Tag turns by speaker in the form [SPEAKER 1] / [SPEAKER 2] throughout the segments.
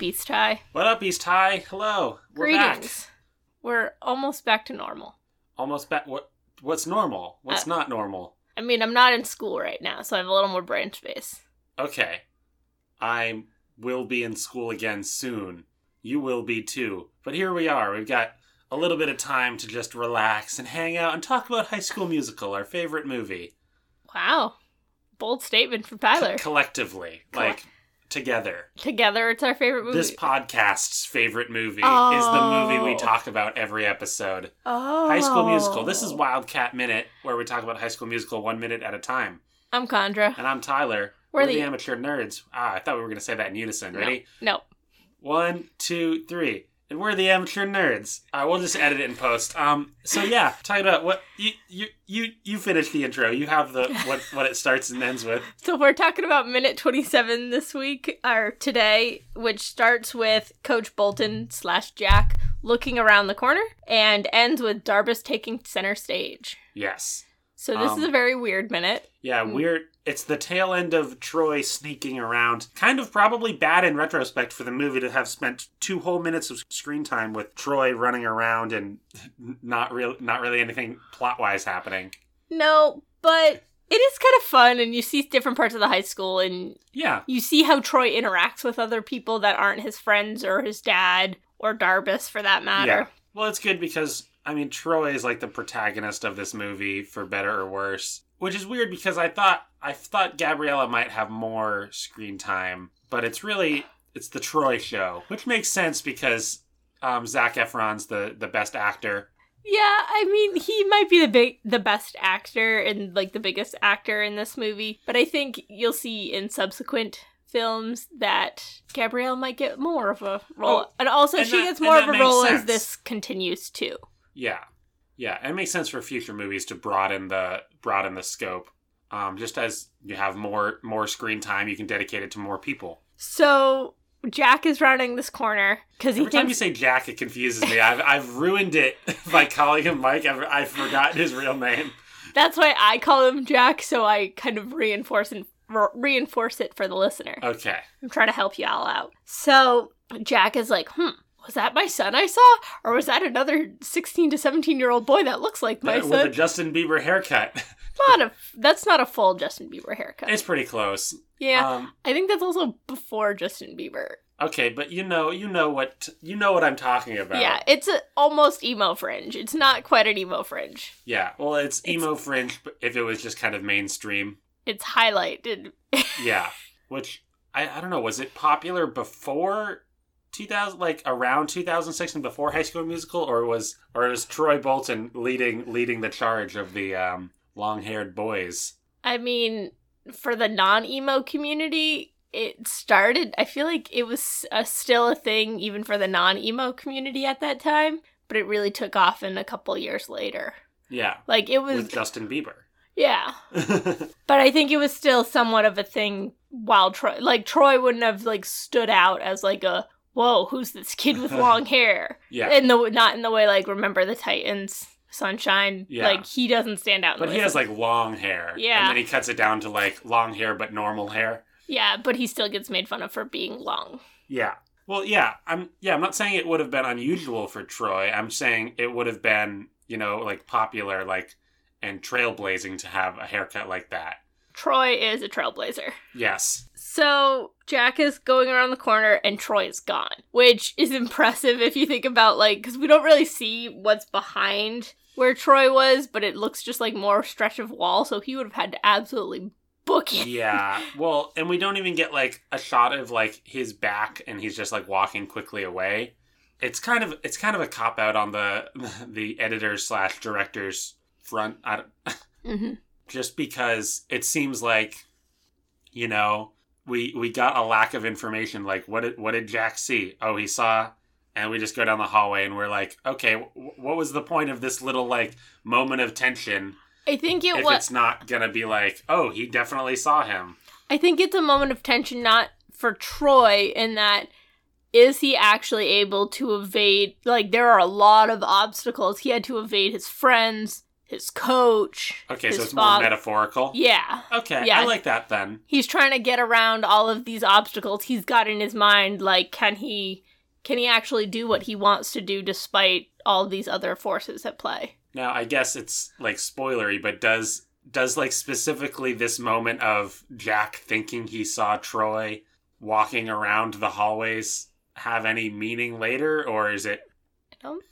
[SPEAKER 1] East High?
[SPEAKER 2] What up, East High? Hello. We're back.
[SPEAKER 1] Greetings. We're almost back to normal.
[SPEAKER 2] Almost back. What? What's normal? What's
[SPEAKER 1] Uh,
[SPEAKER 2] not normal?
[SPEAKER 1] I mean, I'm not in school right now, so I have a little more brain space.
[SPEAKER 2] Okay. I will be in school again soon. You will be too. But here we are. We've got a little bit of time to just relax and hang out and talk about High School Musical, our favorite movie,
[SPEAKER 1] Wow. Bold statement from Tyler.
[SPEAKER 2] collectively,
[SPEAKER 1] Colle-
[SPEAKER 2] like together.
[SPEAKER 1] Together, it's our favorite movie.
[SPEAKER 2] This podcast's favorite movie is the movie we
[SPEAKER 1] Oh.
[SPEAKER 2] talk about every episode.
[SPEAKER 1] oh.
[SPEAKER 2] High School Musical. This is Wildcat Minute, where we talk about High School Musical one minute at a time.
[SPEAKER 1] I'm Condra.
[SPEAKER 2] And I'm Tyler.
[SPEAKER 1] We're
[SPEAKER 2] We're, the,
[SPEAKER 1] the-
[SPEAKER 2] amateur nerds. Ah, I thought we were going to say that in unison.
[SPEAKER 1] No.
[SPEAKER 2] Ready?
[SPEAKER 1] No.
[SPEAKER 2] One, two, three. And we're the amateur nerds. Uh, we'll just edit it in post. Um. So yeah, talking about what you you you you finish the intro. You have the what what it starts and ends with.
[SPEAKER 1] So we're talking about minute 27 this week, or today, which starts with Coach Bolton slash Jack looking around the corner and ends with Darbus taking center stage.
[SPEAKER 2] Yes. Hmm.
[SPEAKER 1] So this
[SPEAKER 2] Um,
[SPEAKER 1] is a very weird minute.
[SPEAKER 2] Yeah.
[SPEAKER 1] Mm.
[SPEAKER 2] Weird. It's the tail end of Troy sneaking around. Kind of probably bad in retrospect for the movie to have spent two whole minutes of screen time with Troy running around and not real not really anything plot wise happening.
[SPEAKER 1] No, but it is kind of fun, and you see different parts of the high school, and
[SPEAKER 2] Yeah.
[SPEAKER 1] you see how Troy interacts with other people that aren't his friends or his dad or Darbus for that matter.
[SPEAKER 2] Well, it's good because I mean Troy is like the protagonist of this movie for better or worse, which is weird because I thought I thought Gabriella might have more screen time, but it's really it's the Troy show, which makes sense because um, Zach Efron's the the best actor.
[SPEAKER 1] Yeah, I mean, he might be the big, the best actor and like the biggest actor in this movie, but I think you'll see in subsequent films that Gabrielle might get more of a role,
[SPEAKER 2] Oh,
[SPEAKER 1] and also
[SPEAKER 2] and
[SPEAKER 1] she
[SPEAKER 2] that-
[SPEAKER 1] gets
[SPEAKER 2] and
[SPEAKER 1] more
[SPEAKER 2] that
[SPEAKER 1] of a
[SPEAKER 2] makes
[SPEAKER 1] role as
[SPEAKER 2] sense.
[SPEAKER 1] this continues too.
[SPEAKER 2] Yeah, yeah, and it makes sense for future movies to broaden the broaden the scope. Um, just as you have more more screen time, you can dedicate it to more people.
[SPEAKER 1] So Jack is rounding this corner because he
[SPEAKER 2] Every time you
[SPEAKER 1] thinks
[SPEAKER 2] say Jack, it confuses me. I've, I've ruined it by calling him Mike. I've, I've forgotten his real name.
[SPEAKER 1] that's why I call him Jack. So I kind of reinforce and re- reinforce it for the listener.
[SPEAKER 2] Okay.
[SPEAKER 1] I'm trying to help y'all out. So Jack is like, hmm, was that my son I saw? Or was that another 16 to 17 year old boy that looks like my
[SPEAKER 2] With a
[SPEAKER 1] son?
[SPEAKER 2] Justin Bieber haircut.
[SPEAKER 1] Not a, that's not a full Justin Bieber haircut.
[SPEAKER 2] It's pretty close.
[SPEAKER 1] yeah.
[SPEAKER 2] Um,
[SPEAKER 1] I think that's also before Justin Bieber.
[SPEAKER 2] okay, but you know, you know what, you know what I'm talking about.
[SPEAKER 1] Yeah, it's a, almost emo fringe. It's not quite an emo fringe.
[SPEAKER 2] Yeah. Well, it's emo fringe but if it was just kind of mainstream.
[SPEAKER 1] It's highlighted.
[SPEAKER 2] Yeah. Which I, I don't know. Was it popular before 2000, like around 2006 and before High School Musical, or was or was Troy Bolton leading leading the charge of the um, long haired boys?
[SPEAKER 1] I mean, for the non emo community, it started. I feel like it was uh still a thing even for the non emo community at that time, but it really took off in a couple years later.
[SPEAKER 2] Yeah,
[SPEAKER 1] Like it was,
[SPEAKER 2] with Justin Bieber.
[SPEAKER 1] yeah. But I think it was still somewhat of a thing. While Troy, like Troy, wouldn't have like stood out as like a whoa, who's this kid with long hair?
[SPEAKER 2] yeah,
[SPEAKER 1] In the not in the way like remember the Titans, Sunshine.
[SPEAKER 2] Yeah.
[SPEAKER 1] Like he doesn't stand out. In
[SPEAKER 2] but
[SPEAKER 1] the
[SPEAKER 2] he
[SPEAKER 1] way
[SPEAKER 2] has
[SPEAKER 1] Sun-
[SPEAKER 2] like long hair.
[SPEAKER 1] Yeah.
[SPEAKER 2] and then he cuts it down to like long hair but normal hair.
[SPEAKER 1] yeah, but he still gets made fun of for being long.
[SPEAKER 2] Yeah. Well, yeah, I'm yeah, I'm not saying it would have been unusual for Troy. I'm saying it would have been you know like popular like and trailblazing to have a haircut like that.
[SPEAKER 1] Troy is a trailblazer.
[SPEAKER 2] Yes.
[SPEAKER 1] So Jack is going around the corner and Troy is gone, which is impressive if you think about like because we don't really see what's behind where Troy was, but it looks just like more stretch of wall. So he would have had to absolutely book it.
[SPEAKER 2] Yeah. Well, and we don't even get like a shot of like his back and he's just like walking quickly away. It's kind of it's kind of a cop out on the the editor slash director's front. I don't,
[SPEAKER 1] Mhm.
[SPEAKER 2] just because it seems like you know we we got a lack of information like what did what did jack see oh he saw and we just go down the hallway and we're like okay w- what was the point of this little like moment of tension
[SPEAKER 1] I think it
[SPEAKER 2] if
[SPEAKER 1] was.
[SPEAKER 2] it's not gonna be like oh he definitely saw him
[SPEAKER 1] I think it's a moment of tension, not for Troy, in that is he actually able to evade? Like, there are a lot of obstacles. He had to evade his friends, his coach.
[SPEAKER 2] Okay,
[SPEAKER 1] his
[SPEAKER 2] so it's more
[SPEAKER 1] father.
[SPEAKER 2] metaphorical.
[SPEAKER 1] Yeah.
[SPEAKER 2] Okay,
[SPEAKER 1] Yeah.
[SPEAKER 2] I like that then.
[SPEAKER 1] He's trying to get around all of these obstacles he's got in his mind like can he can he actually do what he wants to do despite all these other forces at play?
[SPEAKER 2] Now, I guess it's like spoilery, but does does like specifically this moment of Jack thinking he saw Troy walking around the hallways have any meaning later or is it
[SPEAKER 1] I don't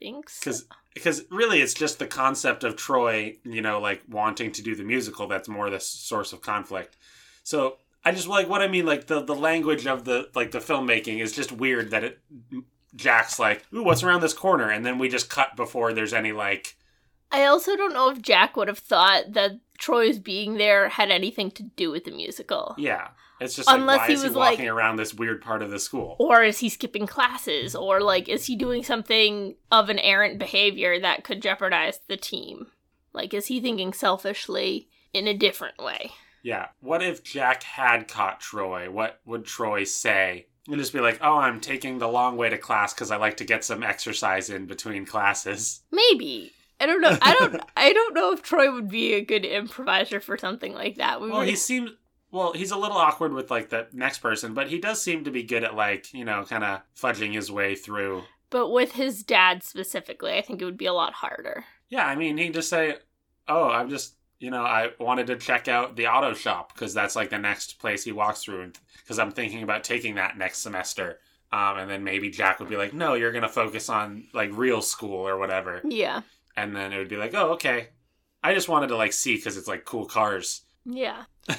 [SPEAKER 1] think so.
[SPEAKER 2] because because really it's just the concept of Troy, you know, like wanting to do the musical that's more the s- source of conflict. So I just like what I mean, like the the language of the like the filmmaking is just weird that it Jack's like, ooh, what's around this corner, and then we just cut before there's any like,
[SPEAKER 1] I also don't know if Jack would have thought that Troy's being there had anything to do with the musical.
[SPEAKER 2] yeah, it's just like,
[SPEAKER 1] Unless
[SPEAKER 2] why
[SPEAKER 1] he
[SPEAKER 2] is he
[SPEAKER 1] was,
[SPEAKER 2] walking
[SPEAKER 1] like-
[SPEAKER 2] around this weird part of the school?
[SPEAKER 1] Or is he skipping classes? Or, like, is he doing something of an errant behavior that could jeopardize the team? Like, is he thinking selfishly in a different way?
[SPEAKER 2] Yeah, what if Jack had caught Troy? What would Troy say? And just be like, oh, I'm taking the long way to class because I like to get some exercise in between classes.
[SPEAKER 1] Maybe. I don't know. I don't. I don't know if Troy would be a good improviser for something like that. We
[SPEAKER 2] Well,
[SPEAKER 1] were-
[SPEAKER 2] he seems well. He's a little awkward with like the next person, but he does seem to be good at like you know kind of fudging his way through.
[SPEAKER 1] but with his dad specifically, I think it would be a lot harder.
[SPEAKER 2] Yeah, I mean, he can just say, "Oh, I'm just you know I wanted to check out the auto shop because that's like the next place he walks through because I'm thinking about taking that next semester." Um, and then maybe Jack would be like, "No, you're gonna focus on like real school or whatever,"
[SPEAKER 1] Yeah.
[SPEAKER 2] and then it would be like, "Oh, okay." I just wanted to like see because it's like cool cars.
[SPEAKER 1] Yeah.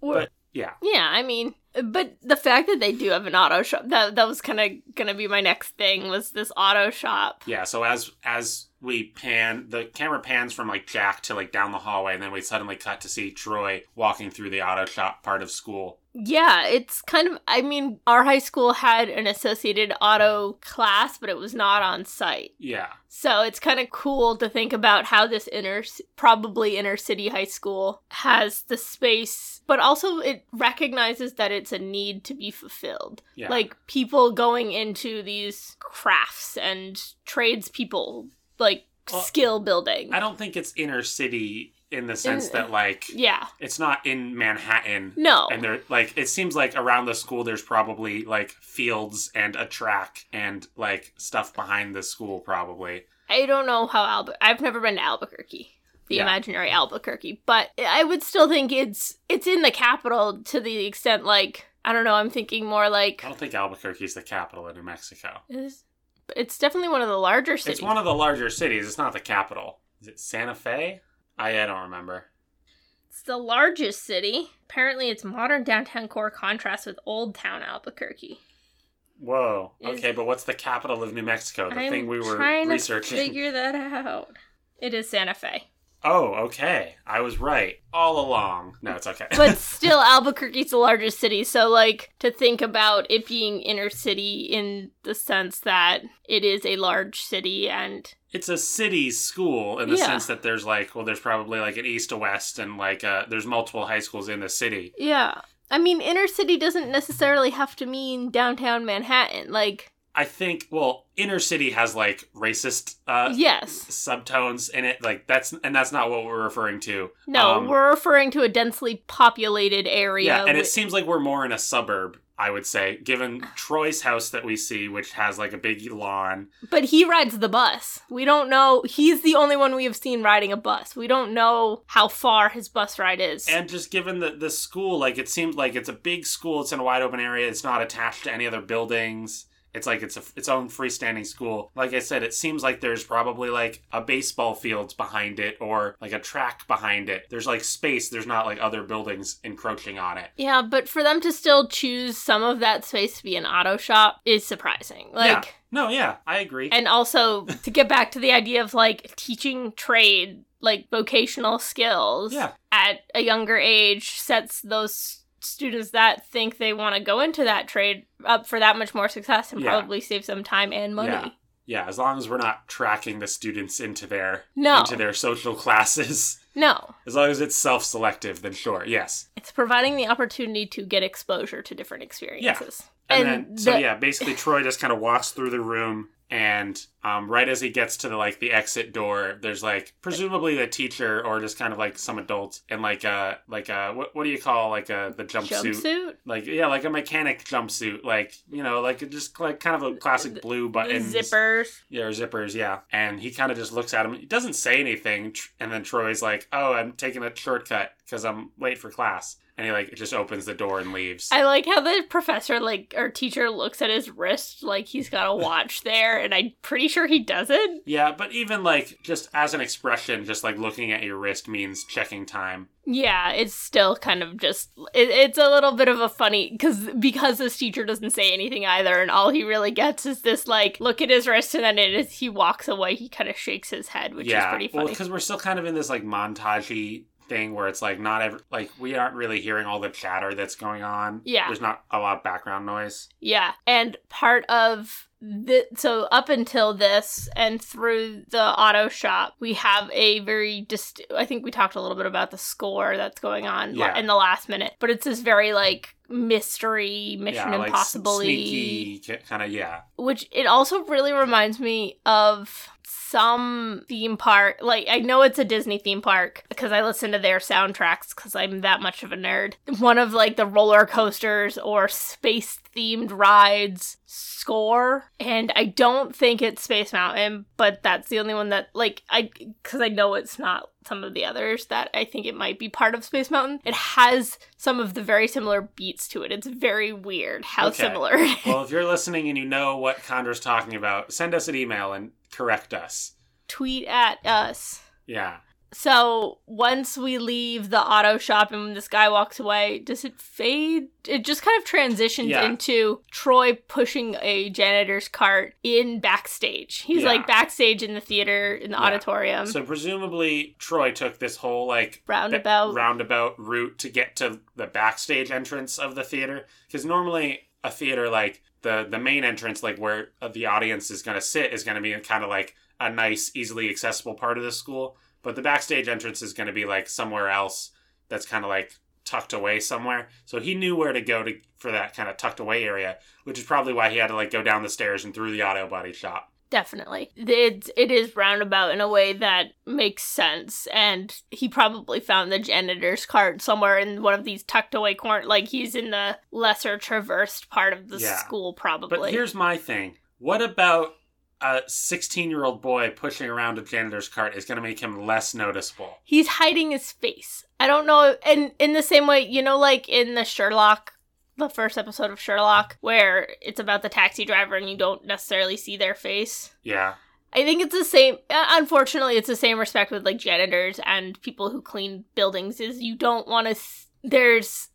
[SPEAKER 1] Or-
[SPEAKER 2] But- Yeah,
[SPEAKER 1] Yeah, I mean, but the fact that they do have an auto shop that that was kind of going to be my next thing was this auto shop.
[SPEAKER 2] Yeah, so as as we pan the camera pans from like Jack to like down the hallway and then we suddenly cut to see Troy walking through the auto shop part of school.
[SPEAKER 1] Yeah, it's kind of I mean, our high school had an associated auto class, but it was not on site.
[SPEAKER 2] Yeah.
[SPEAKER 1] So it's kind of cool to think about how this inner, probably inner city high school has the space, but also it recognizes that it's a need to be fulfilled.
[SPEAKER 2] Yeah.
[SPEAKER 1] Like people going into these crafts and tradespeople, like
[SPEAKER 2] Well,
[SPEAKER 1] skill building.
[SPEAKER 2] I don't think it's inner city in the sense
[SPEAKER 1] In-
[SPEAKER 2] that like
[SPEAKER 1] yeah.
[SPEAKER 2] it's not in Manhattan.
[SPEAKER 1] No.
[SPEAKER 2] And there like it seems like around the school there's probably like fields and a track and like stuff behind the school probably.
[SPEAKER 1] I don't know how Albu- I've never been to Albuquerque, the
[SPEAKER 2] Yeah.
[SPEAKER 1] imaginary Albuquerque, but I would still think it's it's in the capital to the extent like I don't know, I'm thinking more like
[SPEAKER 2] I don't think Albuquerque's the capital of New Mexico.
[SPEAKER 1] It's, it's definitely one of the larger cities.
[SPEAKER 2] It's one of the larger cities. It's not the capital. Is it Santa Fe? I, I don't remember.
[SPEAKER 1] It's the largest city. Apparently, its modern downtown core contrasts with Old Town Albuquerque.
[SPEAKER 2] Whoa.
[SPEAKER 1] Is-
[SPEAKER 2] Okay, but what's the capital of New Mexico? The
[SPEAKER 1] I'm
[SPEAKER 2] thing we were
[SPEAKER 1] trying
[SPEAKER 2] researching.
[SPEAKER 1] to figure that out. It is Santa Fe,
[SPEAKER 2] Oh, okay. I was right all along. No, it's okay.
[SPEAKER 1] but still, Albuquerque's the largest city. So, like, to think about it being inner city in the sense that it is a large city, and
[SPEAKER 2] it's a city school in the
[SPEAKER 1] Yeah.
[SPEAKER 2] sense that there's like, well, there's probably like an east to west and like uh, there's multiple high schools in the city.
[SPEAKER 1] yeah, I mean, inner city doesn't necessarily have to mean downtown Manhattan. Like,
[SPEAKER 2] I think, well, inner city has like racist uh,
[SPEAKER 1] yes,
[SPEAKER 2] subtones in it. Like that's, and that's not what we're referring to.
[SPEAKER 1] No,
[SPEAKER 2] Um,
[SPEAKER 1] we're referring to a densely populated area.
[SPEAKER 2] Yeah, and
[SPEAKER 1] wi-
[SPEAKER 2] it seems like we're more in a suburb, I would say, given Troy's house that we see, which has like a big lawn.
[SPEAKER 1] but he rides the bus. We don't know. He's the only one we have seen riding a bus. We don't know how far his bus ride is.
[SPEAKER 2] And just given the, the school, like it seemed like it's a big school, it's in a wide open area, it's not attached to any other buildings. It's like it's a, its own freestanding school. Like I said, it seems like there's probably like a baseball field behind it or like a track behind it. There's like space, there's not like other buildings encroaching on it.
[SPEAKER 1] yeah, but for them to still choose some of that space to be an auto shop is surprising. Like,
[SPEAKER 2] No, yeah, I agree.
[SPEAKER 1] and also to get back to the idea of like teaching trade, like vocational skills
[SPEAKER 2] Yeah.
[SPEAKER 1] at a younger age sets those students that think they want to go into that trade up for that much more success and
[SPEAKER 2] Yeah.
[SPEAKER 1] probably save some time and money.
[SPEAKER 2] Yeah. yeah, as long as we're not tracking the students into their
[SPEAKER 1] No.
[SPEAKER 2] into their social classes.
[SPEAKER 1] No.
[SPEAKER 2] As long as it's self selective, then sure, yes.
[SPEAKER 1] It's providing the opportunity to get exposure to different experiences.
[SPEAKER 2] And,
[SPEAKER 1] And
[SPEAKER 2] then, so
[SPEAKER 1] the-
[SPEAKER 2] yeah, basically Troy just kind of walks through the room, and um, right as he gets to the like the exit door, there's like presumably the teacher or just kind of like some adult in like a like a what, what do you call like a the jumpsuit?
[SPEAKER 1] Jumpsuit?
[SPEAKER 2] Like yeah, like a mechanic jumpsuit, like you know, like just like kind of a classic
[SPEAKER 1] The-
[SPEAKER 2] blue
[SPEAKER 1] The
[SPEAKER 2] button
[SPEAKER 1] zippers.
[SPEAKER 2] yeah, or zippers, yeah. And he kind of just looks at him. He doesn't say anything. Tr- And then Troy's like, "Oh, I'm taking a shortcut because I'm late for class." And he like just opens the door and leaves.
[SPEAKER 1] I like how the professor, like, or teacher looks at his wrist like he's got a watch there, and I'm pretty sure he doesn't.
[SPEAKER 2] yeah, but even like just as an expression, just like looking at your wrist means checking time.
[SPEAKER 1] Yeah, it's still kind of just it, it's a little bit of a funny because because this teacher doesn't say anything either, and all he really gets is this like look at his wrist, and then it is he walks away. He kind of shakes his head, which
[SPEAKER 2] yeah,
[SPEAKER 1] is pretty
[SPEAKER 2] well,
[SPEAKER 1] funny.
[SPEAKER 2] because we're still kind of in this like montagey thing where it's like not ever like we aren't really hearing all the chatter that's going on.
[SPEAKER 1] Yeah.
[SPEAKER 2] there's not a lot of background noise.
[SPEAKER 1] yeah, and part of the so up until this and through the auto shop, we have a very dist. I think we talked a little bit about the score that's going on la-
[SPEAKER 2] Yeah.
[SPEAKER 1] in the last minute, but it's this very like mystery Mission
[SPEAKER 2] yeah,
[SPEAKER 1] Impossible
[SPEAKER 2] like s- sneaky kind of yeah.
[SPEAKER 1] which it also really reminds me of some theme park like i know it's a disney theme park because i listen to their soundtracks because i'm that much of a nerd one of like the roller coasters or space themed rides score and i don't think it's space mountain but that's the only one that like i because i know it's not some of the others that i think it might be part of space mountain it has some of the very similar beats to it it's very weird how
[SPEAKER 2] Okay.
[SPEAKER 1] similar it is.
[SPEAKER 2] well, if you're listening and you know what Condor's talking about, send us an email and correct us.
[SPEAKER 1] tweet at us.
[SPEAKER 2] Yeah.
[SPEAKER 1] So once we leave the auto shop and when this guy walks away, does it fade? It just kind of transitions
[SPEAKER 2] Yeah.
[SPEAKER 1] into Troy pushing a janitor's cart in backstage. He's
[SPEAKER 2] Yeah.
[SPEAKER 1] like backstage in the theater in the
[SPEAKER 2] Yeah.
[SPEAKER 1] auditorium.
[SPEAKER 2] So presumably Troy took this whole like
[SPEAKER 1] roundabout.
[SPEAKER 2] roundabout route to get to the backstage entrance of the theater because normally a theater like the the main entrance like where uh, the audience is going to sit is going to be kind of like a nice easily accessible part of the school but the backstage entrance is going to be like somewhere else that's kind of like tucked away somewhere so he knew where to go to for that kind of tucked away area which is probably why he had to like go down the stairs and through the auto body shop
[SPEAKER 1] Definitely. It's, it is roundabout in a way that makes sense. And he probably found the janitor's cart somewhere in one of these tucked away corn. Like he's in the lesser traversed part of the
[SPEAKER 2] Yeah.
[SPEAKER 1] school, probably.
[SPEAKER 2] But here's my thing. What about a 16 year old boy pushing around a janitor's cart is going to make him less noticeable?
[SPEAKER 1] he's hiding his face. I don't know, and in the same way, you know, like in the Sherlock, the first episode of Sherlock, where it's about the taxi driver and you don't necessarily see their face.
[SPEAKER 2] Yeah.
[SPEAKER 1] I think it's the same. uh, Unfortunately, it's the same respect with like janitors and people who clean buildings. Is you don't want to. S- there's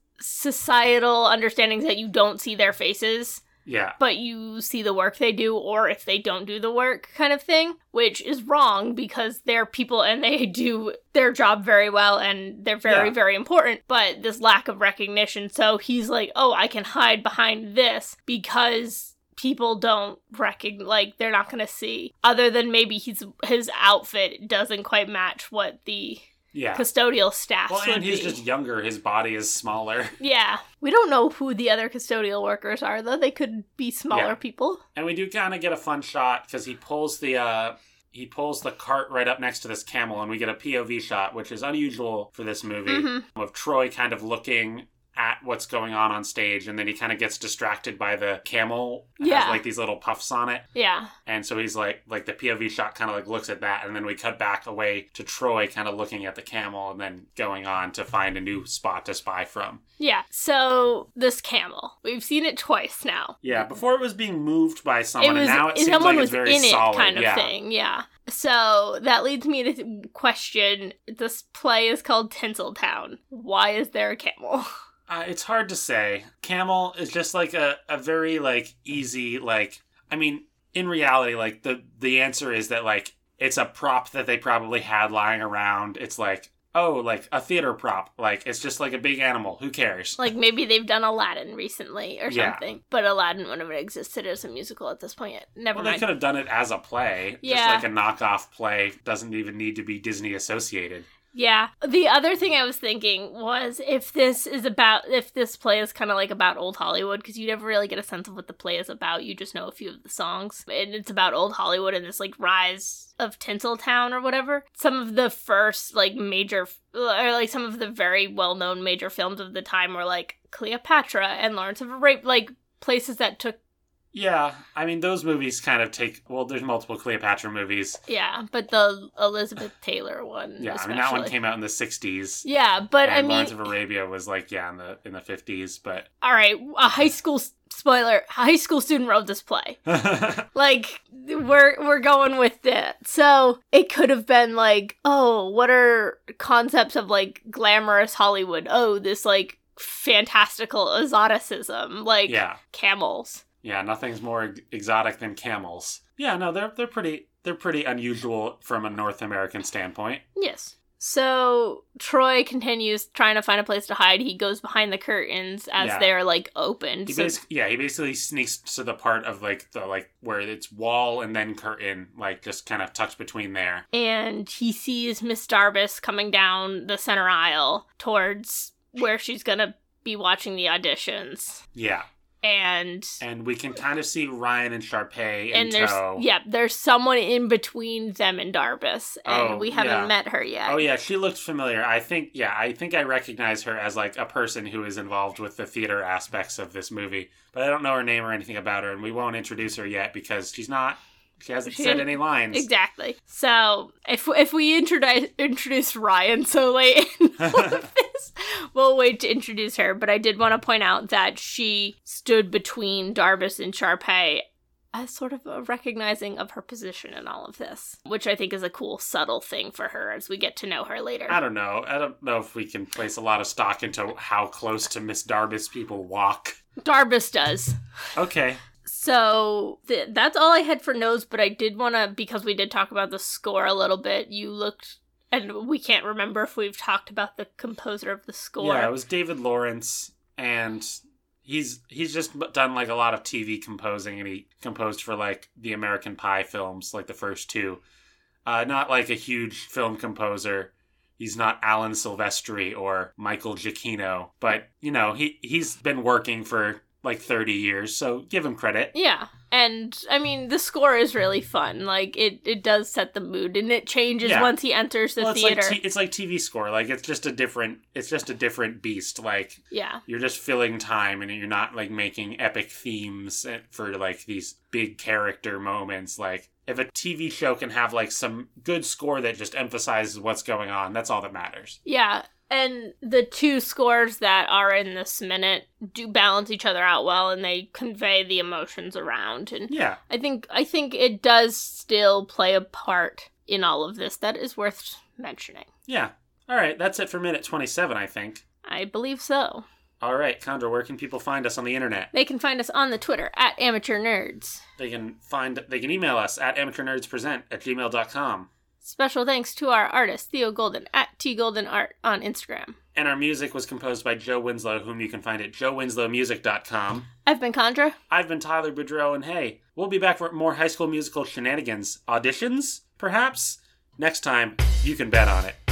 [SPEAKER 1] societal understandings that you don't see their faces
[SPEAKER 2] Yeah.
[SPEAKER 1] but you see the work they do or if they don't do the work kind of thing which is wrong because they're people and they do their job very well and they're very
[SPEAKER 2] Yeah.
[SPEAKER 1] very important but this lack of recognition so he's like oh i can hide behind this because people don't recognize like they're not gonna see other than maybe his his outfit doesn't quite match what the
[SPEAKER 2] Yeah.
[SPEAKER 1] custodial staff
[SPEAKER 2] Well,
[SPEAKER 1] would
[SPEAKER 2] and he's
[SPEAKER 1] be.
[SPEAKER 2] just younger. His body is smaller.
[SPEAKER 1] yeah we don't know who the other custodial workers are though they could be smaller
[SPEAKER 2] Yeah.
[SPEAKER 1] people
[SPEAKER 2] And we do kind of get a fun shot because he pulls the. Uh, he pulls the cart right up next to this camel, and we get a POV shot, which is unusual for this movie,
[SPEAKER 1] Mhm.
[SPEAKER 2] of Troy kind of looking at what's going on on stage, and then he kind of gets distracted by the camel. It has,
[SPEAKER 1] Yeah.
[SPEAKER 2] like these little puffs on it.
[SPEAKER 1] Yeah.
[SPEAKER 2] And so he's like, like the POV shot kind of like looks at that, and then we cut back away to Troy kind of looking at the camel, and then going on to find a new spot to spy from.
[SPEAKER 1] Yeah. So this camel, we've seen it twice now.
[SPEAKER 2] Yeah, before it was being moved by someone,
[SPEAKER 1] it was
[SPEAKER 2] and now it seems
[SPEAKER 1] someone
[SPEAKER 2] like
[SPEAKER 1] was
[SPEAKER 2] it's very
[SPEAKER 1] in
[SPEAKER 2] solid.
[SPEAKER 1] it kind of
[SPEAKER 2] yeah,
[SPEAKER 1] thing. Yeah. So that leads me to question: This play is called Tinseltown. Why is there a camel?
[SPEAKER 2] uh, it's hard to say. Camel is just like a a very like easy like. I mean, in reality, like the the answer is that like it's a prop that they probably had lying around. It's like oh, like a theater prop. Like it's just like a big animal. Who cares?
[SPEAKER 1] Like maybe they've done Aladdin recently or
[SPEAKER 2] Yeah.
[SPEAKER 1] something, but Aladdin wouldn't have existed as a musical at this point yet. Never
[SPEAKER 2] Well, they
[SPEAKER 1] mind.
[SPEAKER 2] could have done it as a play,
[SPEAKER 1] Yeah.
[SPEAKER 2] just like a knockoff play. Doesn't even need to be Disney associated.
[SPEAKER 1] Yeah. The other thing I was thinking was if this is about, if this play is kind of like about old Hollywood, because you never really get a sense of what the play is about. You just know a few of the songs. And it's about old Hollywood and this like rise of Tinseltown or whatever. Some of the first like major, or like some of the very well known major films of the time were like Cleopatra and Lawrence of Arabia, like places that took
[SPEAKER 2] Yeah, I mean those movies kind of take well. There's multiple Cleopatra movies.
[SPEAKER 1] Yeah, but the Elizabeth Taylor one.
[SPEAKER 2] Yeah,
[SPEAKER 1] Mm, especially.
[SPEAKER 2] I mean that one came out in the '60s.
[SPEAKER 1] Yeah, but
[SPEAKER 2] and
[SPEAKER 1] I mean,
[SPEAKER 2] Lawrence of Arabia was like yeah in the in the '50s, but
[SPEAKER 1] all right, a high school s- spoiler. A high school student wrote this play. Like we're we're going with it. So it could have been like, oh, what are concepts of like glamorous Hollywood? Oh, this like fantastical exoticism, like
[SPEAKER 2] yeah,
[SPEAKER 1] camels.
[SPEAKER 2] yeah, nothing's more ex- exotic than camels. Yeah, no, they're they're pretty they're pretty unusual from a North American standpoint.
[SPEAKER 1] Yes. So Troy continues trying to find a place to hide. He goes behind the curtains as
[SPEAKER 2] Yeah.
[SPEAKER 1] they're like opened.
[SPEAKER 2] He
[SPEAKER 1] so
[SPEAKER 2] basi- yeah, he basically sneaks to the part of like the like where it's wall and then curtain, like just kind of tucked between there.
[SPEAKER 1] and he sees Miss Darbus coming down the center aisle towards where she's gonna be watching the auditions.
[SPEAKER 2] Yeah,
[SPEAKER 1] And
[SPEAKER 2] and we can kind of see Ryan and Sharpay in
[SPEAKER 1] and there's
[SPEAKER 2] tow.
[SPEAKER 1] yeah, there's someone in between them and Darbus, and
[SPEAKER 2] Oh,
[SPEAKER 1] we haven't
[SPEAKER 2] yeah.
[SPEAKER 1] met her yet.
[SPEAKER 2] Oh yeah, she looked familiar. I think yeah, I think I recognize her as like a person who is involved with the theater aspects of this movie, but I don't know her name or anything about her, and we won't introduce her yet because she's not. She hasn't
[SPEAKER 1] She
[SPEAKER 2] said
[SPEAKER 1] didn't-
[SPEAKER 2] any lines.
[SPEAKER 1] Exactly. So if if we introduce introduce Ryan so late in all of this, we'll wait to introduce her. But I did want to point out that she stood between Darbus and Sharpay as sort of a recognizing of her position in all of this, which I think is a cool subtle thing for her as we get to know her later.
[SPEAKER 2] I don't know. I don't know if we can place a lot of stock into how close to Miss Darbus people walk.
[SPEAKER 1] Darbus does.
[SPEAKER 2] Okay.
[SPEAKER 1] So th- that's all I had for notes, but I did want to because we did talk about the score a little bit. You looked, and we can't remember if we've talked about the composer of the score.
[SPEAKER 2] Yeah, it was David Lawrence, and he's he's just done like a lot of TV composing, and he composed for like the American Pie films, like the first two. Uh, not like a huge film composer. He's not Alan Silvestri or Michael Giacchino, but you know he he's been working for like thirty years, so give him credit.
[SPEAKER 1] Yeah. And I mean, the score is really fun. Like it, it does set the mood, and it changes
[SPEAKER 2] Yeah.
[SPEAKER 1] once he enters the
[SPEAKER 2] Well, it's
[SPEAKER 1] theater.
[SPEAKER 2] like t- it's like TV score, like it's just a different it's just a different beast. Like
[SPEAKER 1] yeah,
[SPEAKER 2] you're just filling time and you're not like making epic themes for like these big character moments like if a tv show can have like some good score that just emphasizes what's going on that's all that matters
[SPEAKER 1] yeah. And the two scores that are in this minute do balance each other out well, and they convey the emotions around. And
[SPEAKER 2] yeah
[SPEAKER 1] I think I think it does still play a part in all of this that is worth mentioning.
[SPEAKER 2] yeah all right that's it for minute 27 i think
[SPEAKER 1] I believe so.
[SPEAKER 2] all right condra where can people find us on the internet
[SPEAKER 1] They can find us on the Twitter at amateur nerds.
[SPEAKER 2] they can find they can email us at amateurnerdspresent at gmail.com
[SPEAKER 1] Special thanks to our artist Theo Golden at T Golden Art on Instagram.
[SPEAKER 2] and our music was composed by joe winslow whom you can find at joewinslowmusic.com
[SPEAKER 1] I've been Condra.
[SPEAKER 2] I've been Tyler Boudreau, and hey, we'll be back for more High School Musical shenanigans. Auditions, perhaps? Next time, you can bet on it.